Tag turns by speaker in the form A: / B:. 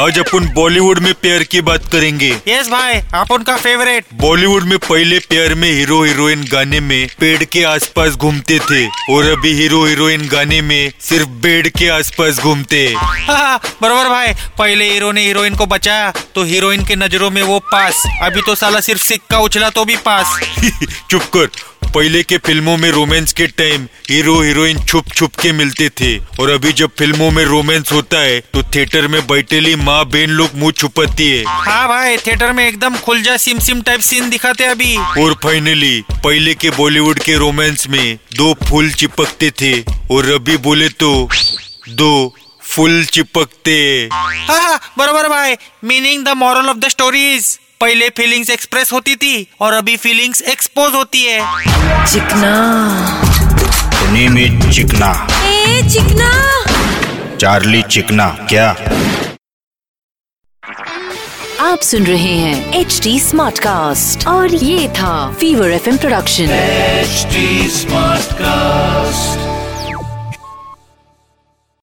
A: आज अपन बॉलीवुड में प्यार की बात करेंगे
B: यस भाई आप उनका फेवरेट
A: बॉलीवुड में पहले प्यार में हीरो हीरोइन गाने में पेड़ के आसपास घूमते थे और अभी हीरो हीरोइन गाने में सिर्फ बेड के आसपास घूमते हैं।
B: हाँ, बरोबर भाई पहले हीरो ने हीरोइन को बचाया तो हीरोइन की नजरों में वो पास अभी तो साला सिर्फ सिक्का उछला तो भी पास
A: चुप कर पहले के फिल्मों में रोमांस के टाइम हीरो हीरोइन छुप छुप के मिलते थे और अभी जब फिल्मों में रोमांस होता है तो थिएटर में बैठेली माँ बहन लोग मुंह छुपाती है
B: हाँ भाई थिएटर में एकदम खुल जा सिम सिम टाइप सीन दिखाते अभी
A: और फाइनली पहले के बॉलीवुड के रोमांस में दो फूल चिपकते थे और रबी बोले तो दो फूल चिपकते
B: हाँ, हाँ, बरोबर भाई meaning the moral of the story is पहले फीलिंग्स एक्सप्रेस होती थी और अभी फीलिंग्स एक्सपोज होती है
C: चिकना
D: द नेम इज चिकना
C: ए चिकना
D: चार्ली चिकना क्या
C: आप सुन रहे हैं एच डी स्मार्ट कास्ट और ये था fever F production
E: HD Smartcast.